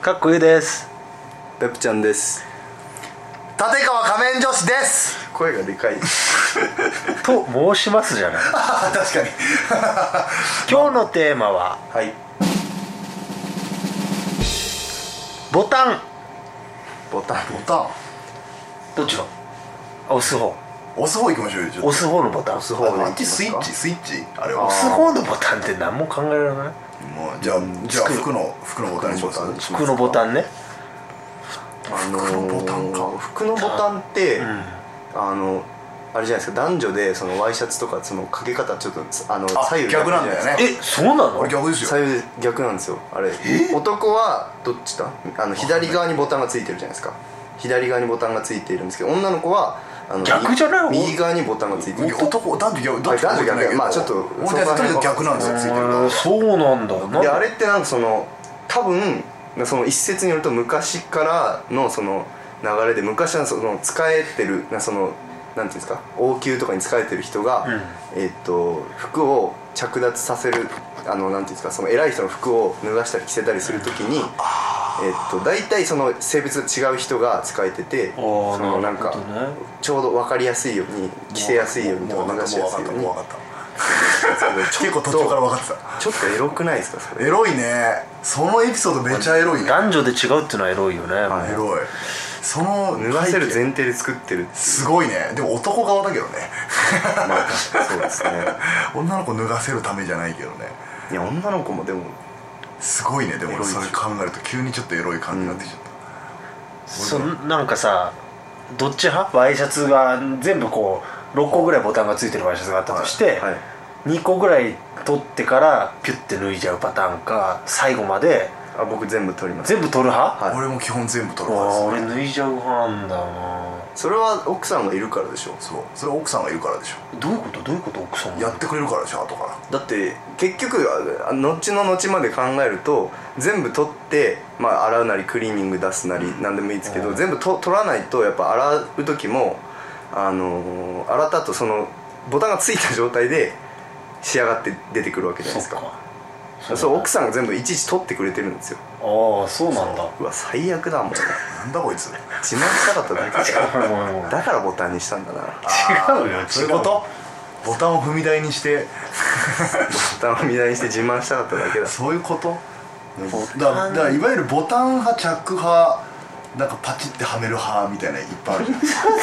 かっこいいですペプちゃんです立川仮面女子です声がでかいと申しますじゃないあ確かに 今日のテーマははいボタンボタン ボタンどっちの押す方押す方行きましょうよちょっと押す方のボタン押す方あであっちスイッチスイッチあれはあす方のボタンって何も考えられないもうじゃあじゃあ服の服のボタンにします服のボタンねあのー服のボタンか服のボタンって、あのあれじゃないですか男女でそのワイシャツとかそのかけ方ちょっとあのあ左右逆なんだよねえそうなのこれ逆です左よ右逆なんですよあれ男はどっちだあの左側にボタンがついてるじゃないですか左側にボタンがついているんですけど女の子はあの逆じゃない右右側にボタンがついてる男男女逆どっちかあ男覚えて女逆ないけどまあちょっと俺たちとにかく逆なんですよついてるうんそうなんだなんでだあれってなんかその多分その一説によると昔からのその流れで昔はその使えてるなそのなんていうんですか王宮とかに使えてる人が、えっと服を着脱させるあのなんていうんですかその偉い人の服を脱がしたり着せたりするときに、えっと大体その性別が違う人が使えててあーそのなんなかるほどねちょうど分かりやすいように着せやすいようにともうか分脱かがったしもうやすい分よかうったもう分にか った結構途中から分かってたちょっとエロくないですかそれエロいねそのエピソードめちゃエロいね男女で違うってのはエロいよね、エロいその脱がせる背景前提で作ってるすごいねでも男側だけどねまあそうですね女の子脱がせるためじゃないけどねいや女の子もでもすごいねでエもロいそれ考えると急にちょっとエロい感じになってきちゃっそんなんかさどっち派ワイシャツが全部こう6個ぐらいボタンがついてるワイシャツがあったとして、はいはい2個ぐらい取ってからピュッて脱いじゃうパターンか最後まであ僕全部取ります全部取る派、た、はい俺も基本全部取うるわーは俺脱いじゃう派なんだよなそれは奥さんがいるからでしょずそうそれ奥さんがいるからでしょどういうことどういうこと奥さんやってくれるからでしょ後からだって結局あ後の後まで考えると全部取って、まあ、洗うなりクリーニング出すなり何でもいいですけど、全部と取らないとやっぱ洗う時も、あのー洗った後そのボタンがついた状態で仕上がって出てくるわけじゃないですかそう奥さんが全部いちいち取ってくれてるんですよああそうなんだうわ最悪だもんなんだこいつ自慢したかっただけじ ゃん違だからボタンにしたんだなうよ違うそういうことボタンを踏み台にしてボタンを見台にして自慢したかっただけだそういうことボタンだだからいわゆるボタン派着派なんかパチってはめる派みたいないっぱいあるじ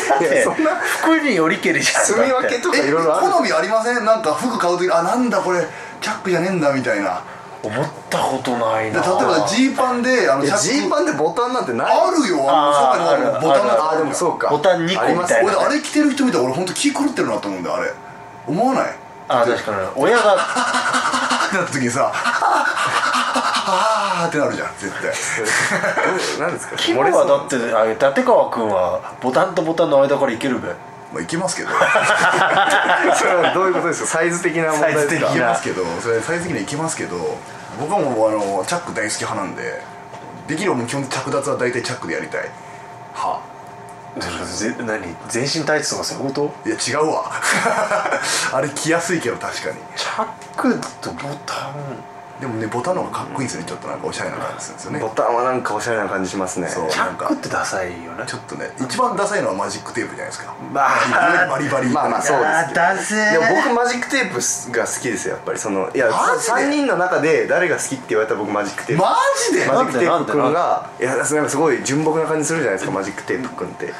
ゃな いですだってかそんな服によりけりじゃん住み分けとかいろいろある好みありませんなんか服買う時あなんだこれチャックじゃねえんだみたいな思ったことないでな例えばジーパンであのいチャやックジーパンでボタンなんてないあるよあのあーのボタンあるがあでもそうかボタン二個ありますみたい俺なあれ着てる人見たら俺本当気狂ってるなと思うんだよあれ思わないあー確かに親がってなった時にさ「あーってなるじゃん絶対何ですかキムはだってあ伊達川君はボタンとボタンの間からいけるべまあいけます けどてそれはどういうことですかサイズ的な問題サイズです的かないけますけどそれサイズ的にはいけますけど僕はもうあのチャック大好き派なんでできればもう基本着脱は大体チャックでやりたいはぜ何全身タイツとかそういうこといや違うわ あれ着やすいけど確かにチャックとボタンでもねボタンの方がかっこいいんですよねちょっとなんかおしゃれな感じするんですよねボタンはなんかおしゃれな感じしますねそうチャックってダサいよねちょっとね一番ダサいのはマジックテープじゃないですかま あバリバリまあまあそうですけどあーダセーでも僕マジックテープが好きですよやっぱりそのいやマジで3人の中で誰が好きって言われたら僕マジックテープマジでマジックテープくんながいやなんかすごい純朴な感じするじゃないですかマジックテープくんって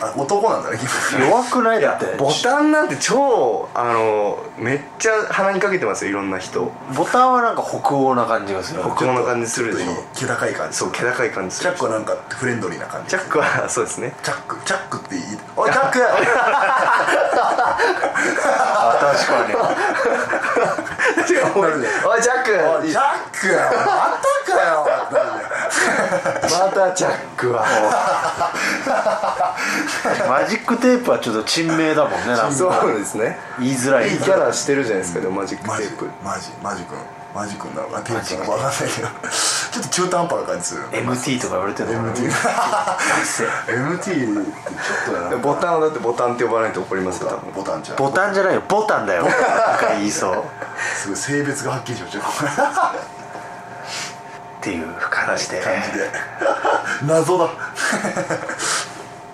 あ男なんだね弱くないだってボタンなんて超あのめっちゃ鼻にかけてますよいろんな人ボタンはなんか北欧な感じがする北欧な感じするでしょ気高い感じそう気高い感じすチャるックはなんかフレンドリーな感じチャックはそうですねチャックチャックっていいおいチャックあ確かおいジャッおクいチャックまたかよまたジャックはにマジックテープはちょっと珍名だもんねなんかそうですね言いづらいいいキャラしてるじゃないですかでもマジックマテジープマジマジ君マジ君なのかテープなのかわかんないけどちょっと中途半端な感じする MT とか言われてるの MT セ MT ちょっとだなボタンはだってボタンって呼ばないと怒りますよ多分ボタンじゃんボタンじゃないよボタンだ よなんか言いそうすごい性別がはっきりしましたっっていう感じで、感じで謎だ